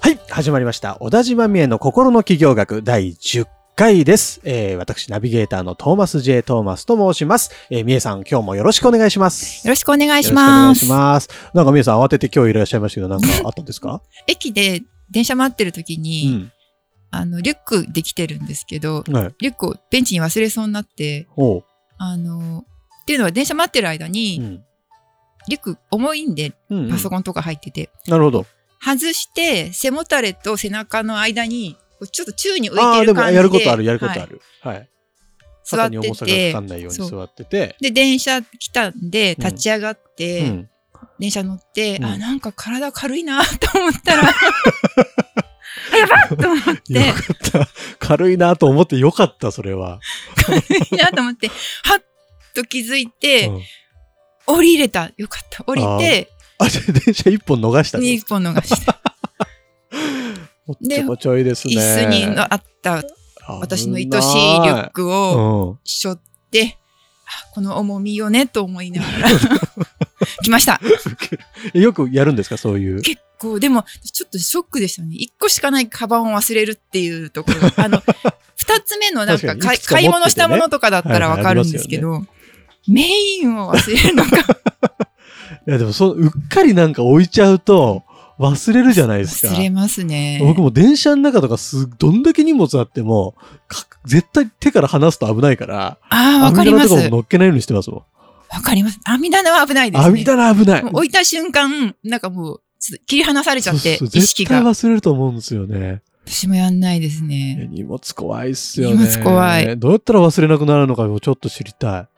はい、始まりました。小田島美恵の心の企業学第10回です。えー、私、ナビゲーターのトーマス J. トーマスと申します。えー、美恵さん、今日もよろしくお願いします。よろしくお願いしよまろす。しくお願いします。なんか美恵さん、慌てて今日いらっしゃいましたけど、なんかあったんですか駅で電車待ってる時うに、ん。あの、リュックできてるんですけはど、い。リュックをベンチに忘れそうになって、おう。あの、っていうのは電車待ってる間に、うん。リュック重いんで、うんうんパソコンとか入ってて、なるほど。外して、背もたれと背中の間に、こうちょっと宙に浮いああてー、るでも、感じで。やることある、やることはあいる。はい。座肩っにて重さがかかてん、ないようそにう座ってて。で、電車来たんで、うん立ち上がって、うん。電車乗って、うんあ、なんか体軽いなと思った ら、あやばっと思って、よかった。 軽いなと思ってよかった、それは。いいなと思って、はっと気づいて、うん降りれた。よかった。降りて、あ、じゃあ電車一本逃したんです一本逃 した。おっちょこちょいですね。椅子にのあった私の愛しいリュッククをを。背負って、あこの重みよねと思いながら 来ました。うん、よくやるんですかそういう。結構、でも、ちょっとショックでしたね。一個しかないカバンを忘れるっていうところが。あの、二つ目のなん確かかに買いいくつか持っててね買い物したものとかだったらわかるんですけど、メインを忘れるのかいやでもそううっかりなんか置いちゃうと忘れるじゃないですか忘。れますね。僕も電車の中とかすどんだけ荷物あってもか絶対手から離すと危ないからああ、わかりま網棚とす。かわも乗っけないようにしてますもん。かります。網棚は危ないですね。網棚危ない。もう置いた瞬間、なんかもう、ちょっと切り離されちゃって、そうそう意識絶対が。忘れると思うんですよね。私もやんないですいやね。荷物怖いっすよね。荷物怖い。どうやったら忘れなくなるのかをちょっと知りたい。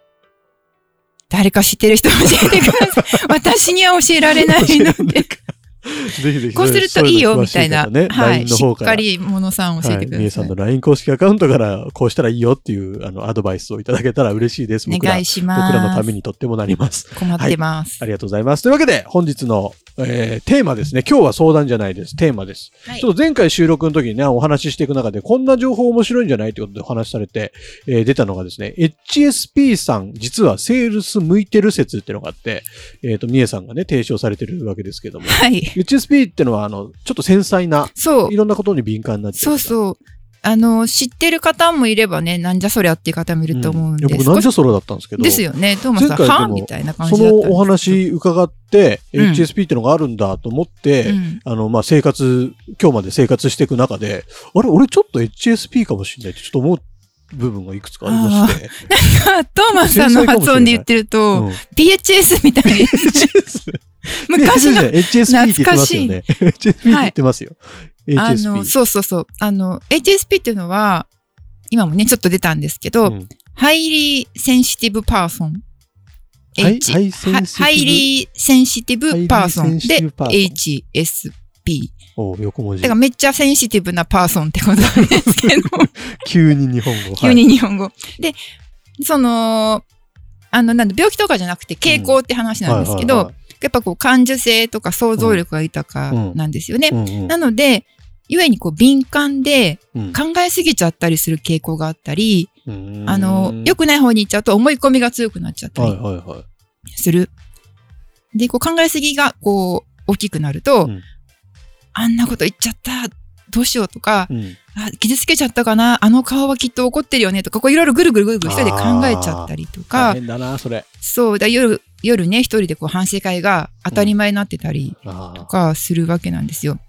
誰か知ってる人教えてくだ さい。私には教えられないので。ぜひぜひ。こうするといいよ、みたいな。そううの詳し方ね、は LINE い。のし方っからか。り、ものさん教えてくはい、みえだささんい。の LINE 公式アカウントからこうしたらいいよっていうあのアドバイスをいただけたら嬉しいです。お僕ら願いします。僕らのためにとってもなります。困ってます。ありがとうございます。というわけで本日の、えーテーマですね。今日は相談じゃないです。テーマです。はいちょっと前回収録の時にね、お話ししていく中でこんな情報面白いんじゃないってことでお話しされて、えー出たのがですね、HSP さん、実はセールス向いてる説っていうのがあって、えっ、と、みえさんがね、提唱されてるわけですけども。はい。 HSP ってのは、あの、ちょっと繊細な、そうい。ろんなことに敏感になっちゃそうそう。あの、知ってる方もいればね、なんじゃそりゃっていう方もいると思うんで。いや僕なんじ少ゃしそれだったんですけど。ですよね。トーマスさん、前回でもはぁみたいな感そじだっのた。お話伺って、うん HSP ってのがあるんだと思って、うんあの、まあ、生活、今日まで生活していく中で、あれ、俺ちょっと HSP かもしれないってちょっと思う部分がいくつかありまして。トーマスさんの発音で言ってると、うん PHS みたいですね。 昔 の、 HSP って言ってますよね。HSP って言ってますよ。あ HSP。の、そうそうそう。あの、HSP っていうのは、今もね、ちょっと出たんですけど、うんハイリーセンシティブパーソン。ハイ H ハイセンシティブハイリーセンシティブパーソハイリンーセンシティでブパーソン HSP。お横文だ字から。めっちゃセンシティブなパーソンってことなんですけど、急に日本語。急に日本語。で、その、あの、なんだ、病気とかじゃなくて傾向って話なんですけど、はいはいやっぱこう感受性とか想像力が豊かなんですよね。はいうんうんなので、ゆえにこう敏感でうん考えすぎちゃったりする傾向があったり、うんあの、良くない方に行っちゃうと思い込みが強くなっちゃったはいりはいはい。する。で、こう考えすぎがこう大きくなると、うんあんなこと言っちゃった、どうしようとか、うんあ傷つけちゃったかな、あの顔はきっと怒ってるよねとか、こういろいろぐるぐるぐるぐる一人で考えちゃったりと大か、変だな、それ。そうだ、夜、夜ね、一人でこう反省会が当たり前になってたり、あとーかするわけなんですよ。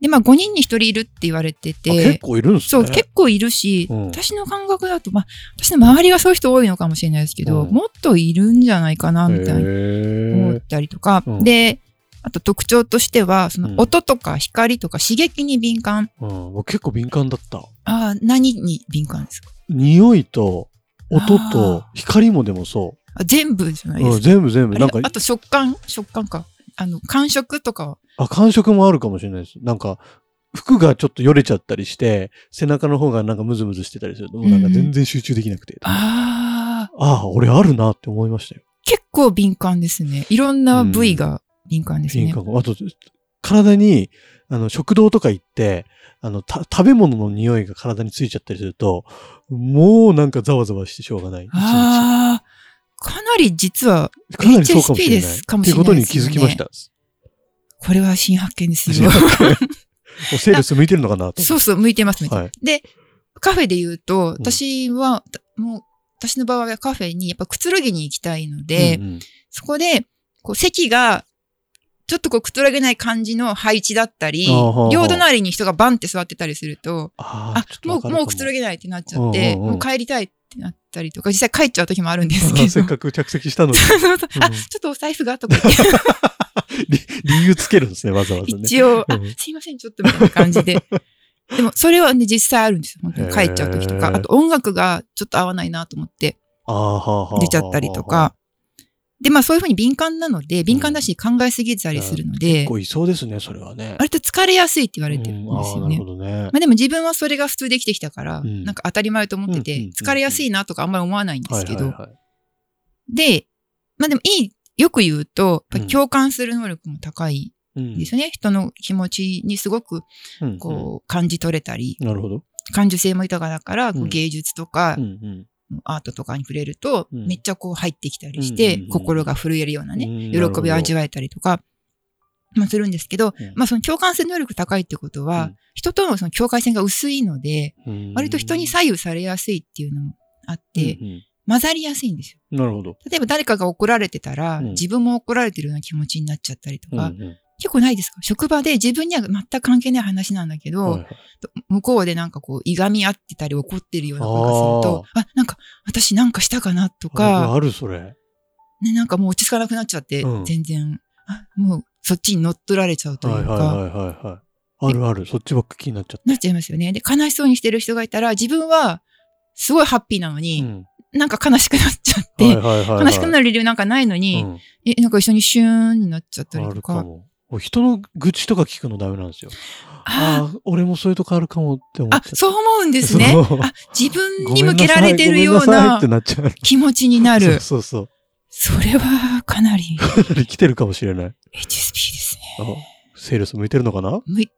で、まあ5人に1人いるって言われてて、あ結構いるんですそう、ね。結構いるし、うん私の感覚だと、まあ、私の周りがそういう人多いのかもしれないですけど、うんもっといるんじゃないかな、みたいな思っへたりとか、うんで、あと特徴としては、そうんの音とか光とか刺激に敏感。ーうん、僕結構敏感だった。ああ、何に敏感ですか匂いと音とあ光もでもそあ全部じゃなう。いでうすん、か。全部全あ部。れなんかあと食感、食感か。あの、感触とかは。あ、感触もあるかもしれないです。なんか、服がちょっとよれちゃったりして、背中の方がなんかムズムズしてたりすると、もうなんか全然集中できなくて。あああ、あ、俺あるなって思いましたよ。結構敏感ですね。いろんな部位が敏感ですね。敏感があと、体に、あの、食堂とか行って、あの、た食べ物の匂いが体についちゃったりすると、もうなんかざわざわしてしょうがない。一日ああ、かなり実は、かなりそうかもしれない。 HSP ですかもっしていれうないことですよねに気づきました。これは新発見です新 よ。 発見もうセールス向いてるのかなと。そうそう、向いてます、向いてますはい。で、カフェで言うと、私は、たもう、私の場合はカフェに、やっぱくつろぎに行きたいので、うんうんそこで、こう、席が、ちょっとこう、くつろげない感じの配置だったりあーはーは、ー両隣に人がバンって座ってたりすると、ああーちょっ、ともわかう、るかもうくつろげないってなっちゃっうて、んうんうんもう帰りたいってなったりとか、実際帰っちゃう時もあるんですけせっど。かく着席したのに、 そうそう あ、うんちょっとお財布 がとか言って、理理由つけるんですね、わざわざね。一応、あうん、すいません、ちょっとみたいな感じ で。でも、それはね、実際あるんですよ。本当に帰っちゃう時とへか。ーあと、音楽がちょっと合わないなと思って、あーはーはーはー出ちゃったりと。か。で、まあ、そういうふうに敏感なので、敏感だし、考えすぎたりするので結、構いそうですね、それはね。割と疲れやすいって言わうれんてるんあでーすよなるねほ。どねま。あでも自分はそれが普通で生きてきたから、うんなんか当たり前と思ってうんて、うんうんうん疲れやすいなとかあんまり思わないんですけはいどはい。はいで、まあでもいい、よく言うと、やっぱうん共感する能力も高いうんですよね。人の気持ちにすごくうんこう感じ取れたり、うんなるほど。感受性も豊かだから、こううん芸術とかうんうんアートとかに触れると、うんめっちゃこう入ってきたりしうんてうんう、ん心が震えるようなね、うん喜びを味わえたりとか、まあするんですけど、うんまあその共感性能力高いってことは、うん人とのその境界線が薄いので、うん割と人に左右されやすいっていうのもあって、うんうん混ざりやすいんですよ。なるほど。例えば誰かが怒られてたら、うん自分も怒られてるような気持ちになっちゃったりとうんうか、ん結構ないですか職場で自分には全く関係ない話なんだけど、はいはい向こうでなんかこう、いがみ合ってたり怒ってるようなことがすると、あなんか私なんかしたかなあとるか、ある、それ。ね、なんかもう落ち着かなくなっちゃって、うん全然、あもうそっちに乗っ取られちゃうとはいいはいうか、はいはいはい。あるある、そっちばっか気になっちゃっなっちゃいますよね。で、悲しそうにしてる人がいたら、自分はすごいハッピーなのて。に、うんなんか悲しくなっちゃって、はいはいはいはい悲しくなる理由なんかないのに、うんえ、なんか一緒にシューンになっちゃったりあとるか。かも。俺人の愚痴とか聞くのダメなんですよ。あああ、俺もそういうとこあるかもって思っあ、ちゃそう思うんですね。そうあ、自分ごにめ向んなけさらいれてるようごめんさいっなてなっちゃう。気持ちになる。そうそうそれはかなりそう。かなり来てるかもしれない。 HSP ですね。あセールス向いてるのかな、むい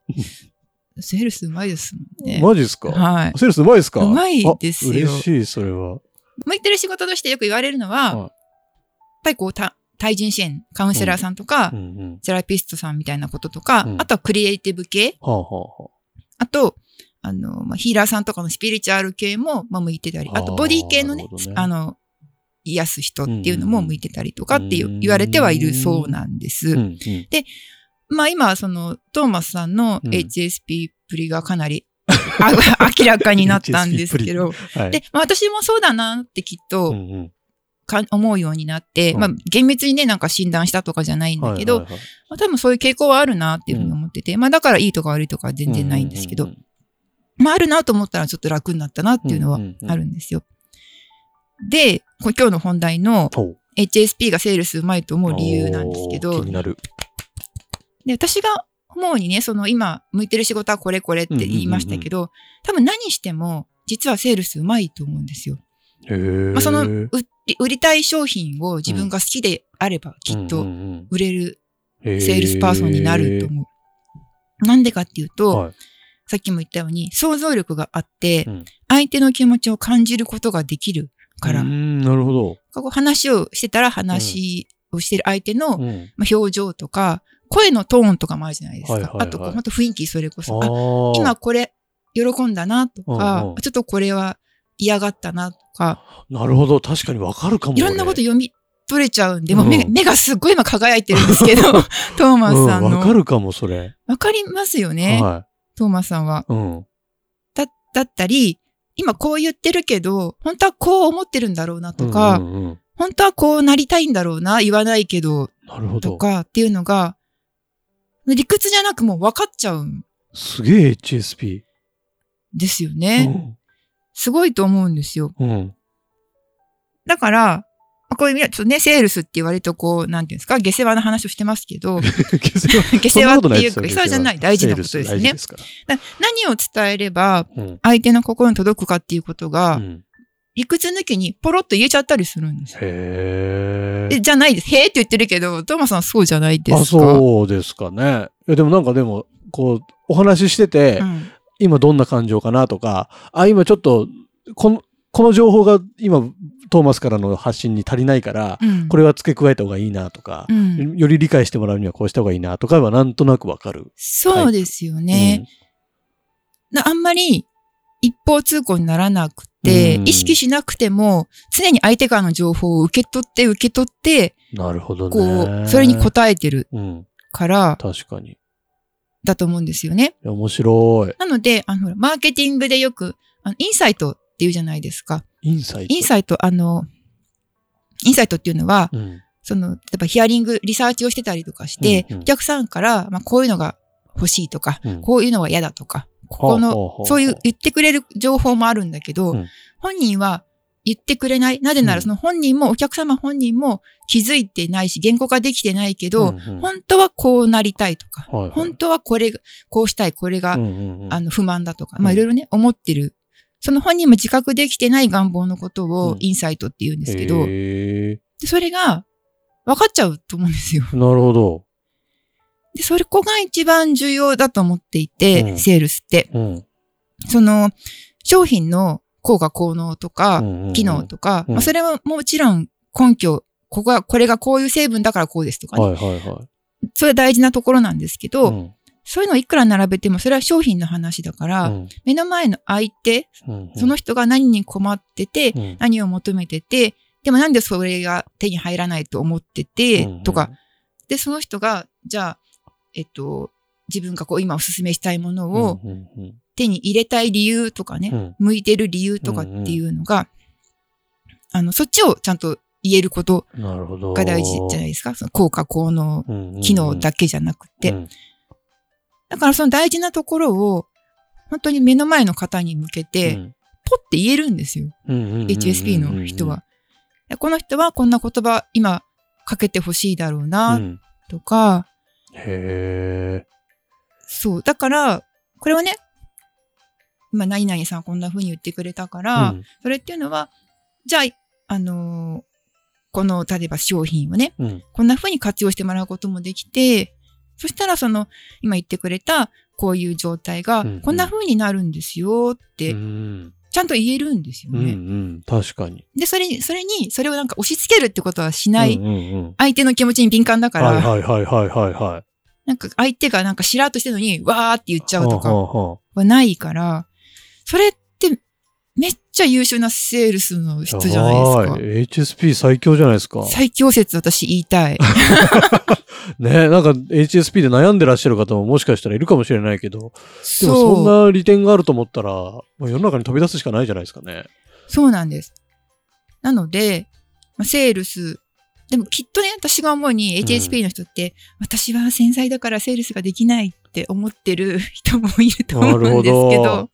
セールスうまいですもんね。マジですか、はい。セールスうまいですかうまいですよあ嬉しい、それは。向いてる仕事としてよく言われるのはは、いやっぱりこう、た対人支援、カウンセラーさんとか、うんうん。セラピストさんみたいなこととか、うんあとはクリエイティブ系、はあ、はあはあと、あの、まあ、ヒーラーさんとかのスピリチュアル系も、まあ、向いてたり、あーあと、ボディ系のねなるほどね、あの、癒す人っていうのうもんうん向いてたりとかっていううん言われてはいるそうなんであ。すう。んうん。まあ、今、その、トーマスさんのうん HSP っぷりがかなり、あ明らかになったんですけど、はい。で、まあ、私もそうだなってきっうんとうん、か思うようになって、うんまあ、厳密にね、なんか診断したとかじゃないんだけど、はいはいはいまあ、多分そういう傾向はあるなっていうふうに思ってて、まあ、だからいいとか悪いとかは全然ないんですけど、ううまあ、あるなと思ったらちょっと楽になったなっていうのはんんんあるんですよ。で、こ今日の本題のほう HSP がセールスうまいと思う理由なんですけおーど気に、なる。で私が思うにね、その今向いてる仕事はこれこれって言いましたけど、多分何しても実はセールスうまいと思うんですよ。へーまあ、その売り売りたい商品を自分が好きであればきっうんとうんうん売れるへセールスパーソンになると思う。なんでかっていうと、はいさっきも言ったように想像力があって、うん相手の気持ちを感じることができるから、うーんなるほど。こう話をしてたら話をしてる相手の、うんまあ表情とか、声のトーンとかもあるじゃないですか。はいはいはいあとこう、本当雰囲気それこそ。ああー今これ喜んだなとか、うんうんちょっとこれは嫌がったなとか、なるほど。確かにわかるかも。いろんなこと言読み取れちゃうんで、もううん目,、目がすごい今輝いてるんです けど、トーマスさんわ、の。かるかも、それ。わかりますよね、はトーマスさんは。い。うん。だだったり、今こう言ってるけど、本当はこう思ってるんだろうなとか、うんうんうん本当はこうなりたいんだろうな、言わないけど、なるほとど。かっていうのが、理屈じゃなくもう分かっちゃうんすげえ HSP。です よね。すごいと思うんですよ。うん。うん。だから、これ、ちょっとね、セールスって割とこう、なんていうんですか、下世話な話をしてます けど、下世話下世話っていうか、そんなことな下いですよ世話じゃない、大事なことですセールス大事ねで。すからだ何を伝えれば、うん相手の心に届くかっていうことが、うん理屈抜きにポロッと言えちゃったりするんですよ。へええ。じゃないです。へーって言ってるけど、トーマさんそうじゃないですか。あ、そうですかね。いやでもなんかでも、こう、お話ししてて、ん今どんな感情かなとか、あ、今ちょっと、この、この情報が今、トーマスからの発信に足りないから、うんこれは付け加えた方がいいなとかう、ん、より理解してもらうにはこうした方がいいなとかはなんとなくわかる。そうですよね、なあんまり一方通行にならなくて、うん意識しなくても、常に相手からの情報を受け取って、受け取って、うんなるほどね。こう、それに応えてるうん、から確かに。いだと思うんですよね。や面白なので、あの、ほらマーケティングでよく、あのインサイトって言うじゃないですか。い。インサイト。インサイト、あの、インサイトっていうのは、うんその、例えばヒアリング、リサーチをしてたりとかして、うんうんお客さんから、まあ、こういうのが欲しいとか、うんこういうのは嫌だとか、ここの、そういう言ってくれる情報もあるんだけど、うん本人は言ってくれない。なぜなうんらその本人も、お客様本人も気づいてないし、言語化できてないけど、本当はこうなりたいとか、はいはい本当はこれが、こうしたい、これが、あの、の、不満だとか、うんまあ、いろいろね、思ってる。その本人も自覚できてない願望のことうんをインサイトって言うんですけど、へえでそれが分かっちゃうと思うんですよ。なるほど。で、それこが一番重要だと思っていて、うんセールスって。うんその、商品の効果効能とか、機能とか、うんまあ、それはもちろん根拠、ここは、これがこういう成分だからこうですとかかはね。いはいはい。それは大事なところなんですけど、うんそういうのをいくら並べても、それは商品の話だから、うん目の前の相手、うんその人が何に困ってて、うん何を求めてて、でもなんでそれが手に入らないと思ってて、うんとか、で、その人が、じゃあ、えっと、自分がこう今おすすめしたいものをうんうんうん手に入れたい理由とかね、うん向いてる理由とかっていうのが、あの、そっちをちゃんと言えることなるほど。が大事じゃないですか。その効果、効能、うんうん機能だけじゃなくて。うんだからその大事なところを、本当に目の前の方に向けて、うんポって言えるんですよ。うんうんうんうん HSP の人は。この人はこんな言葉今かけてほしいだろううなんとか、へえ。そう。だから、これはね、今何々さんこんな風に言ってくれたから、うんそれっていうのは、じゃあ、あのーこの、例えば商品をね、うんこんな風に活用してもらうこともできて、そしたらその、今言ってくれた、こういう状態がうんうん、こんな風になるんですよって、うんちゃんと言えるんですようんうね。ん確かに。で、それに、それに、それをなんか押し付けるってことはしない。うんうんうん相手の気持ちに敏感だから、はいはいはいはいはいはい。なんか相手がなんかしらっとしてるのに、わーって言っちゃうとか、はあはあはあはないから、それってめっちゃ優秀なセールスの人じゃないでですか。HSP 最強じゃないですかすか。。最強説私言い たい。ねなんか HSP で悩んでらっしゃる方ももしかしたらいるかもしれないけど、でもそんそう。な利点があると思ったら、もう世の中に飛び出すしかないじゃないですかね。そうなんです。なので、まあ、セールス、でもきっとね、私が思うに HSP の人って、私は繊細だからセールスができないって思ってる 人もいると思うんでなすけるど、ほど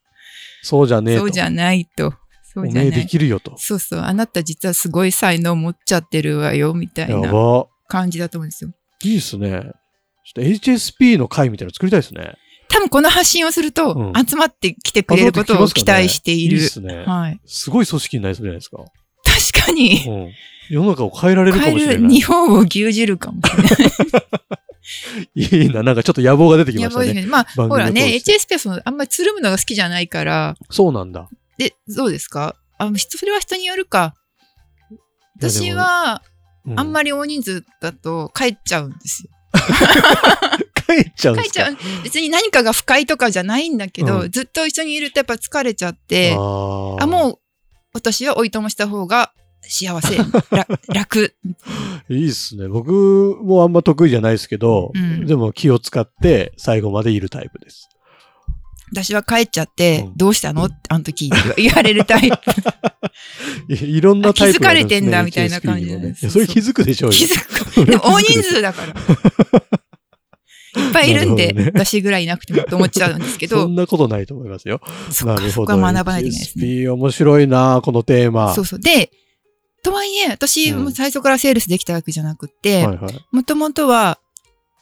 そうじゃねえと。そうじゃないと。そうおじゃめえなでい。きるよと。そうそう、あなた実はすごい才能持っちゃってるわよ、みたいやなば。感じだと思うんですよ。いいっすね。ちょっと HSP の会みたいなの作りたいですね。多分この発信をするうと、ん集まってきてくれることを期待している。集まってきますかねいいっすねはい。すごい組織になりそうじゃないですか。確かうに、ん。世の中を変えられるかもしれなる、い。日本を牛耳るかも しれない。いいな。なんかちょっと野望が出てきまやしたばいですね。ね。まあ、番組をほらね、通 HSP はその、あんまりつるむのが好きじゃないから、そうなんだ。で、どうですかあ、人、それは人によるか。いやでも私は、あんり。まり大人数だと帰っちゃうんですよ。帰っちゃうんで帰っすちゃかう。別に何かが不快とかじゃないんだけど、うんずっと一緒にいるとやっぱ疲れちゃって、あーあ、もう、私はおいともした方が幸 せ、ら楽。いいっすね。僕もあんま得意じゃないですけど、うんでも気を使って最後までいるタイプです。私は帰っちゃって、うんどうしたのってあの時言われるタイプ。いいろんなタイプがあるですね気づかれてんだみたいな感じ HSP にもなんねでいすやよそれ気づくでしょうよ。気づ く。でも大人数だから。いっぱいいるんなで、るほどね私ぐらいいなくてもと思っちゃうんですけそ どん、なことないと思いますよ。そなっかるそほこど。は学ばないといけないですね。 HSP 面白いな、このテーマそう。そう。で、とはいえ、私、うんもう最初からセールスできたわけじゃなくて、はいはい。もともとは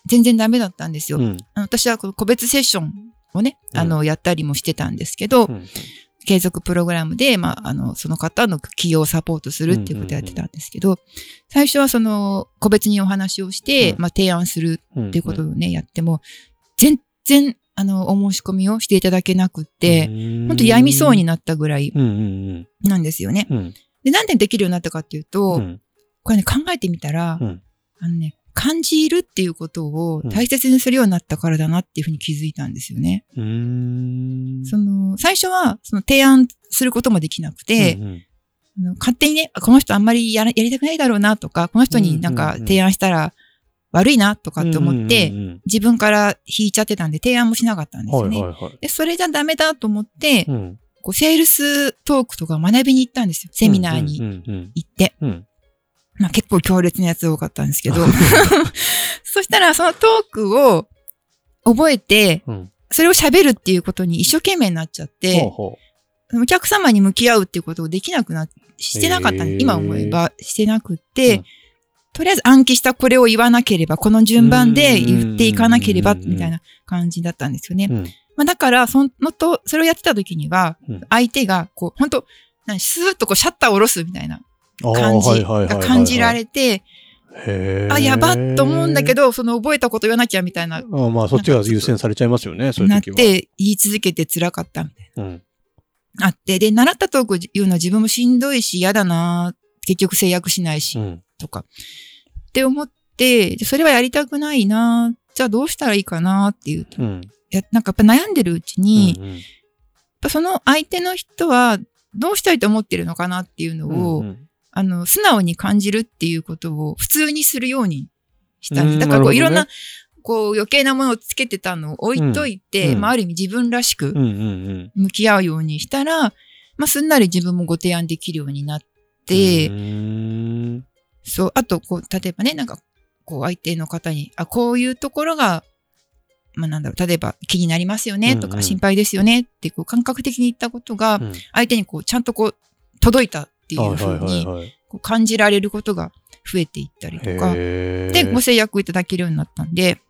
全然ダメだったんですよ。うん。あの私はこの個別セッションをね、うんあの、やったりもしてたんですけど、うん継続プログラムで、まあ、あの、その方の起業をサポートするっていうことをやってたんですけど、最初はその、個別にお話をして、うんまあ、提案するうんっていうことをね、やっても、全然、あの、お申し込みをしていただけなくて、、本当病みそうにななったぐらいうんうんなんですよね。うん。うんで、なんでできるようになったかっていうと、うんこれね、考えてみたら、うんあのね、感じるっていうことを大切にするようになったからだなっていうふうに気づいたんですよね。うーん。その、最初は、その提案することもできなくて、うんうんあの勝手にね、あこの人あんまりやらやりたくないだろうなとか、この人になんうんかうんうん提案したら悪いなとかって思って、うんうん自分から引いちゃってたんで提案もしなかったんですうんうよんね。はいはいはい。でそれじゃダメだと思って、うんこうセールストークとか学びに行ったんですよ。セミナーにうんうん行って。うんうん。まあ結構強烈なやつ多かったんですけど。 そしたらそのトークを覚えて、うんそれを喋るっていうことに一生懸命になっちゃっほうて、ほお客様に向き合うっていうことをできなくな、してなかったんへでー今思えばしてなくって、うんとりあえず暗記したこれを言わなければ、この順番で言っていかなければ、うんうんうんうんみたいな感じだったんですよね。ううんまあだから、そのと、それをやってた時にはうん、相手が、こう、本当何スーッとこうシャッターを下ろすみたいなあー感はじいはいはいはいがはい感じられて、へーあ、やばっと思うんだけど、その覚えたこと言わなきゃみたいな、あまあ、そっちが優先されちゃいますよね、そういなうっ時は。て、言い続けて辛かったみたいうん。な。あって、で、習ったトーク言うのは自分もしんどいし、嫌だな結局制約しないしう、ん。とか。って思って、それはやりたくないなじゃあどうしたらいいかなっていう。うん。やなんかやっぱ悩んでるうちに、やっうんぱその相手の人は、どうしたいと思ってるのかなっていうのうんを、うんあの、素直に感じるっていうことを普通にするようにしたんうんです。だからこう、ないるほろどねんな、こう、余計なものをつけてたのを置いといて、うんまあ、ある意味自分らしうくんうんうん。向き合うようにしたら、まあ、すんなり自分もご提案できるようになっでて、そう、あと、こう、例えばね、なんか、こう、相手の方に、あ、こういうところが、まあ、なんだろう、例えば気になりますよねとうんうか、ん心配ですよねって、こう、感覚的に言ったことが、相手にこう、ちゃんとこう、届いたっていうふうに、はい。こう感じられることが増えていったりとか、で、でご制約いただけるようになったんで、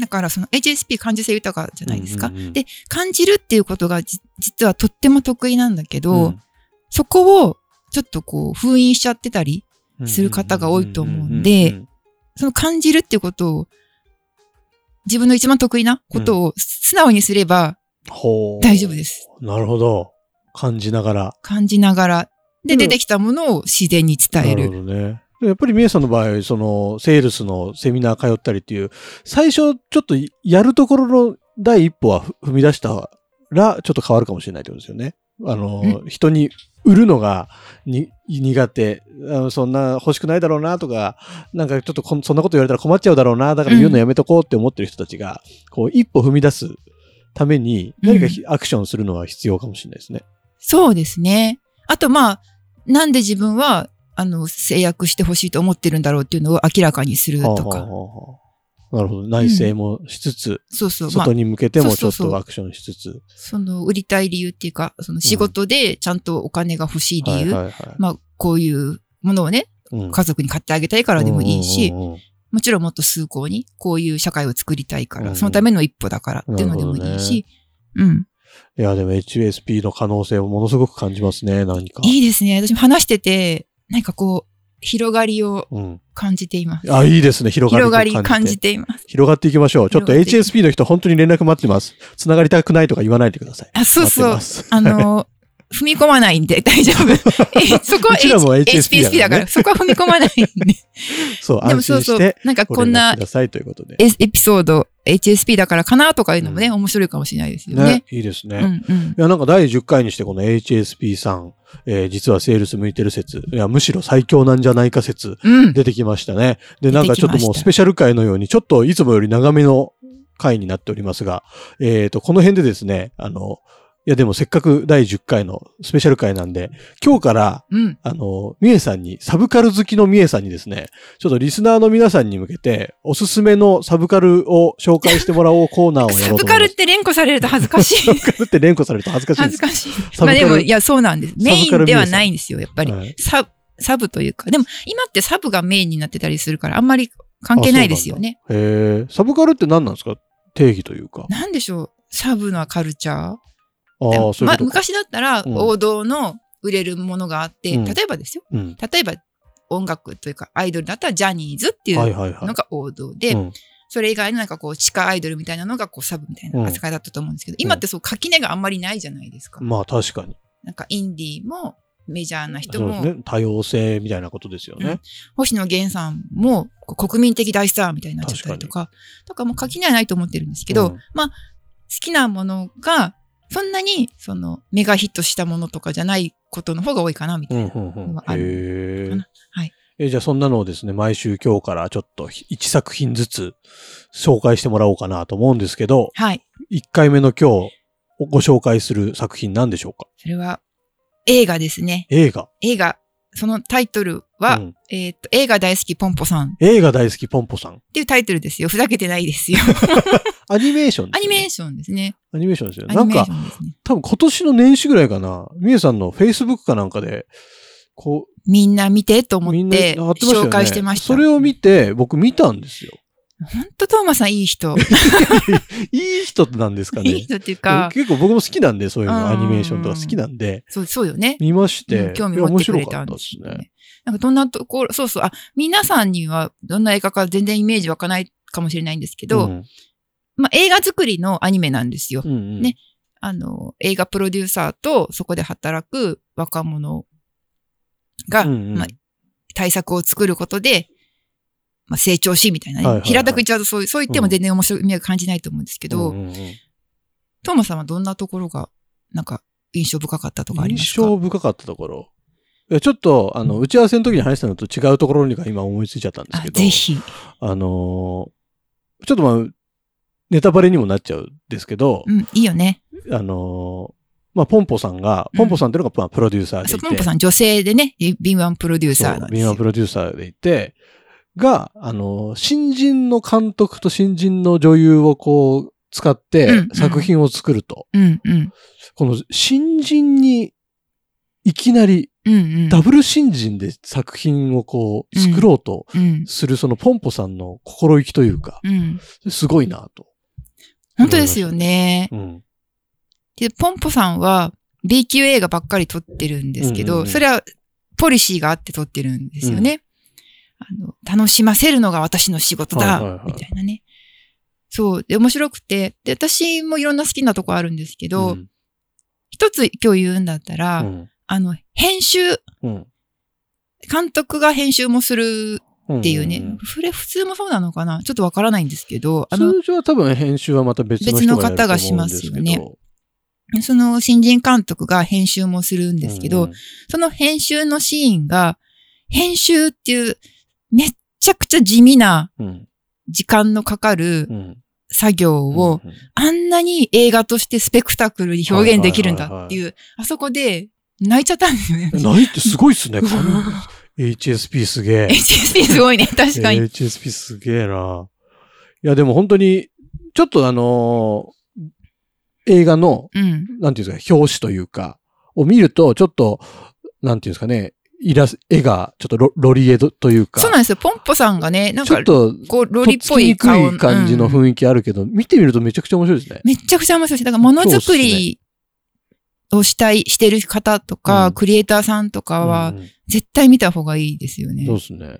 だからその HSP 感受性豊かじゃないですか。うんうんうんで、感じるっていうことがじ実はとっても得意なんだけど、うん。そこをちょっとこう封印しちゃってたり、する方が多いと思うんで、その感じるっていうことを、自分の一番得意なことを素直にすれば大丈夫ですす。なるほど。感じながら。感じながら。うで、ん出てきたものを自然に伝えなるる。ほどね。でやっぱり、みえさんの場合、その、セールスのセミナー通ったりっていう、最初、ちょっと、やるところの第一歩はふ踏み出したら、ちょっと変わるかもしれないってことですよね。あの、人に売るのがに苦手あの、そんな欲しくないだろうなとか、なんかちょっとこんそんなこと言われたら困っちゃうだろうな、だから言うのやめとこうって思ってる人たちが、こう、一歩踏み出すために、何かひアクションするのは必要かもしれないですね。そうですね。あと、まあ、なんで自分は、あの、制約してほしいと思ってるんだろうっていうのを明らかにするはあとはあはあか。はあなるほど。内政もしつつ、そうそう。まあ外、に向けてもちそょうっそうそうとアクションしつつ。その、売りたい理由っていうか、その仕事でちゃんとお金が欲しい理由。はいはいはいまあ、こういうものをね、うん家族に買ってあげたいからでもいいし、うんうんうんもちろんもっと崇高に、こういう社会を作りたいかうんら、そのための一歩だからっていうのでもいいし、うん。いや、でも HSP の可能性をものすごく感じますね、何か。いいですね。私も話してて、なんかこう、広がりをうん。感じています。あ、いいですね、広がり広をが感じて。り感じています。広がっていきましょう。ちょっと広がっていく HSP の人、本当に連絡待ってます。繋がりたくないとか言わないでください。あ、そう待ってそうま。 す。あの、踏み込まないんで 大丈夫。えそこはうちらも HSP だか HSP らねだから、そこは踏み込ま ないんで。そう、で安も心そうそしうて、。なんかごこん連絡なくださいということで。エエピソード、HSP だからかなとかいうのもね、うん面白いかもしれないですよねね。、いいですね。うんうん。いや、なんか第10回にしてこの HSP さん、えー実はセールス向いてる説、いや、むしろ最強なんじゃないか説、うん。出てきましたね。で、なんかちょっとも出てきまうしたスペシャル回のように、ちょっといつもより長めの回になっておりますが、えっ、と、この辺でですね、あの、いやでもせっかく第10回のスペシャル回なんで、今日から、うん。あの、みえさんに、サブカル好きのみえさんにですね、ちょっとリスナーの皆さんに向けて、おすすめのサブカルを紹介してもらおうコーナーをや サろうブと思カいルまっす。て連呼されると恥ずか しサブい。カルって連呼されると恥ずかしいん恥でずす。かしい。サブまカあルでも、いや、そうなんです。サメブイカルミューンジでアムはないんですよ、やっぱりはい。サブサブというか、でも今ってサブがメインになってたりするから、あんまり関係ないですよね。へえ。サブカルって何なんですか定義というか。なんでしょう、サブのカルチャーああ、そういうことまか。昔だったらうん王道の売れるものがあって、うん例えばですよ。うん。例えば音楽というかアイドルだったらジャニーズっていはいうはいはのが王道い。で、うんそれ以外のなんかこう地下アイドルみたいなのがこうサブみたいな扱いだったと思うんですけど、今ってそう垣根があんまりないじゃないですか。まあ確かに。なんかインディーもメジャーな人そうでも、すね。多様性みたいなことですよね。星野源さんもこう国民的大スターみたいになっちゃったりとか、だからもう垣根はないと思ってるんですけど、うんまあ好きなものがそんなにそのメガヒットしたものとかじゃないことの方が多いかなみたういんな。うんうんまああるへかえなはい。え、じゃあそんなのをですね、毎週今日からちょっと1作品ずつ紹介してもらおうかなと思うんですけど、はい。 1回目の今日ご紹介する作品何でしょうかそれは映画ですね。映画。映画。そのタイトルは、うんえーっと、映画大好きポンポさんっ映画大好きポンポさん。ていうタイトルですよ。ふざけてないですよ。アニメーションでアすニよね、メーションですね。アニメーションですよね。アなニんメかーショ、ンですね。多分今年の年始ぐらいかな、みえさんの Facebook かなんかで、こみんな見てと思う、っみんな貼っててましたよね。紹介してました。それを見て、僕見たんですよ。ほんとトーマさんいい人。いい人なんですかいいね。人っていうか、結構僕も好きなんで、そういううんの、アニメーションとか好きなんで、そうそうよね。見まして、うん興味いや持面ってく白れかたっんたでですすよね。ね。なんかどんなところ、そうそう、あ、皆さんにはどんな映画か全然イメージ湧かないかもしれないんですけど、うんまあ映画作りのアニメなんですよ。うんうんねあの、映画プロデューサーとそこで働く若者が、うんうんまあ、対策を作ることで、まあ、成長し、みたいなね。はいはいはい平たく言っちゃうとそう、そう言ってうもん全然面白みを感じないと思うんですけど、うんうんうんトーマさんはどんなところが、なんか、印象深かったとかあります印か象深かったところ。いやちょっと、あの、打ち合わせの時に話したのと違うところにか今思いついちゃったんですあけ、ど、ぜひ。あのーちょっとまあ、ネタバレにもなっちゃうんですけどう、ん、いいよね。あのーまあ、ポンポさんが、うんポンポさんっていうのがまあプロデューサーでいそて、う、ポンポさん女性でね、敏腕プロデューサーなんですビーマよン。プロデューサーでいて、が、あのー新人の監督と新人の女優をこう、使っうんてうん作品を作ると、うんうん。この新人に、いきなりうんうん。ダブル新人で作品をこう、作ろうとうん。するそのポンポさんの心意気というか、うん。すごいなと。本当ですよね。うん。で、ポンポさんは B 級映画ばっかり撮ってるんですけど、うんうんうんそれはポリシーがあって撮ってるんですよね。あの楽しませるのが私の仕事はだ、いはいはいみたいなね。そう。で、面白くて。で、私もいろんな好きなとこあるんですけど、うん一つ今日言うんだったら、うんあの、編集、うん監督が編集もするうんっていうね、んそれ普通もそうなのかなちょっとわからないんですけど、あの、通常は多分編集はまた別の人がやると思うんですけど別の方がしますよその新人監督が編集もするんですけど、うんその編集のシーンが、編集っていう、めっちゃくちゃ地味なうん時間のかかるうん作業を、うんあんなに映画としてスペクタクルに表現できるんだってはいはいいう、あそこで泣いちゃったんですよ ね。 ないってすごいっすね。感動 HSP HSP すげえ。すごいね、確かに。 HSP すげえな。いや、でも本当に、ちょっとあのー映画のうん。なんていうんですか、表紙というか、を見ると、ちょっと、なんていうんですかね、イラス、絵が、ちょっとロロリエドというか、そうなんですよ。ポンポさんがね、なんちょかっ、と、こう、ロとっリっつぽきいにく顔い感じのうん雰囲気あるけど、見てみるとめちゃくちゃ面白いですね。めっちゃくちゃ面白いし、だからものづくりをしたい、してる方とか、うんクリエイターさんとかはう、ん絶対見た方がいいですよね。そうですね。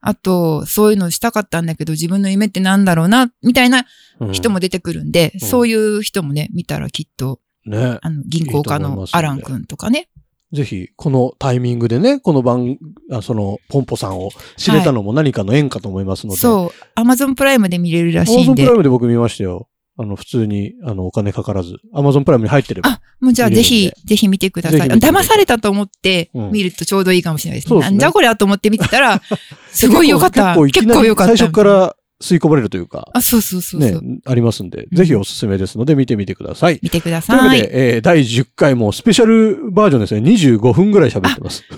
あと、そういうのしたかったんだけど、自分の夢ってなんだろうな、みたいなうん人も出てくるんで、うんそういう人もね、見たらきっと、ね。あの、銀行家いいと思いのますよアラン君とかね。ぜひ、このタイミングでね、この番、あその、ポンポさんを知れたのも何かの縁かと思いますので、そう、アマゾンプライムで見れるらしアマいゾんンプでライ。ムで僕見ましたよ。あの、普通に、あの、お金かからず。アマゾンプライムに入ってれば。あ、もうじゃあ見れぜるんでひ、ぜひ見てください。ぜひ見てくださ騙いされたと思ってうん見るとちょうどいいかもしれないですそね。うですなねんじゃこりゃと思って見て たら、すごいよかった。結結構構いよきなかっりた。最初から吸い込まれるというか。あ、そうそうそうそう、ね、ありますんで、うんぜひおすすめですので見てみてください。見てくだというわさけい。で、えー第10回もスペシャルバージョンですね、25分ぐらい喋ってます。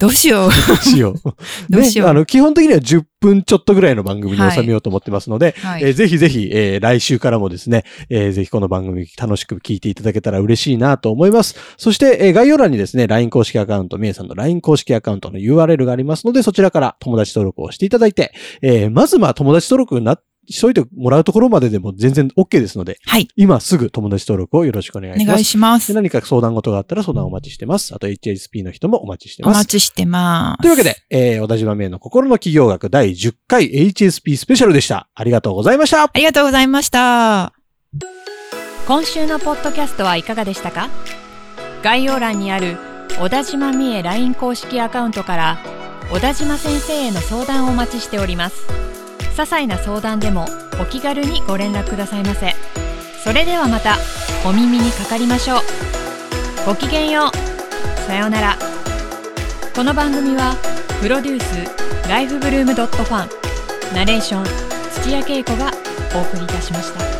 どうしよ う。どうしよう。どうしよ ね、あう。の、基本的には10分ちょっとぐらいの番組に収めようと思ってますので、はい。えーぜひぜひ、えー来週からもですね、えーぜひこの番組楽しく聞いていただけたら嬉しいなと思います。そして、えー概要欄にですね、LINE 公式アカウント、みえさんの LINE 公式アカウントの URL がありますので、そちらから友達登録をしていただいて、えーまずまあ友達登録な、しといてもらうところまででも全然 OK ですので、はい。今すぐ友達登録をよろしくお願いおしま願いす。しま。です何か相談事があったら相談お待ちしてます。あと HSP の人もお待ちしておます待。ちしてます。というわけで、えー、小田島名の心の企業学第10回 HSP スペシャルでした。ありがとうございました。ありがとうございました。今週のポッドキャストはいかがでしたか概要欄にある小田島美恵 LINE 公式アカウントから小田島先生への相談をお待ちしております些細な相談でもお気軽にご連絡くださいませそれではまたお耳にかかりましょうごきげんようさようならこの番組はプロデュースライフブルームドットファンナレーション土屋恵子がお送りいたしました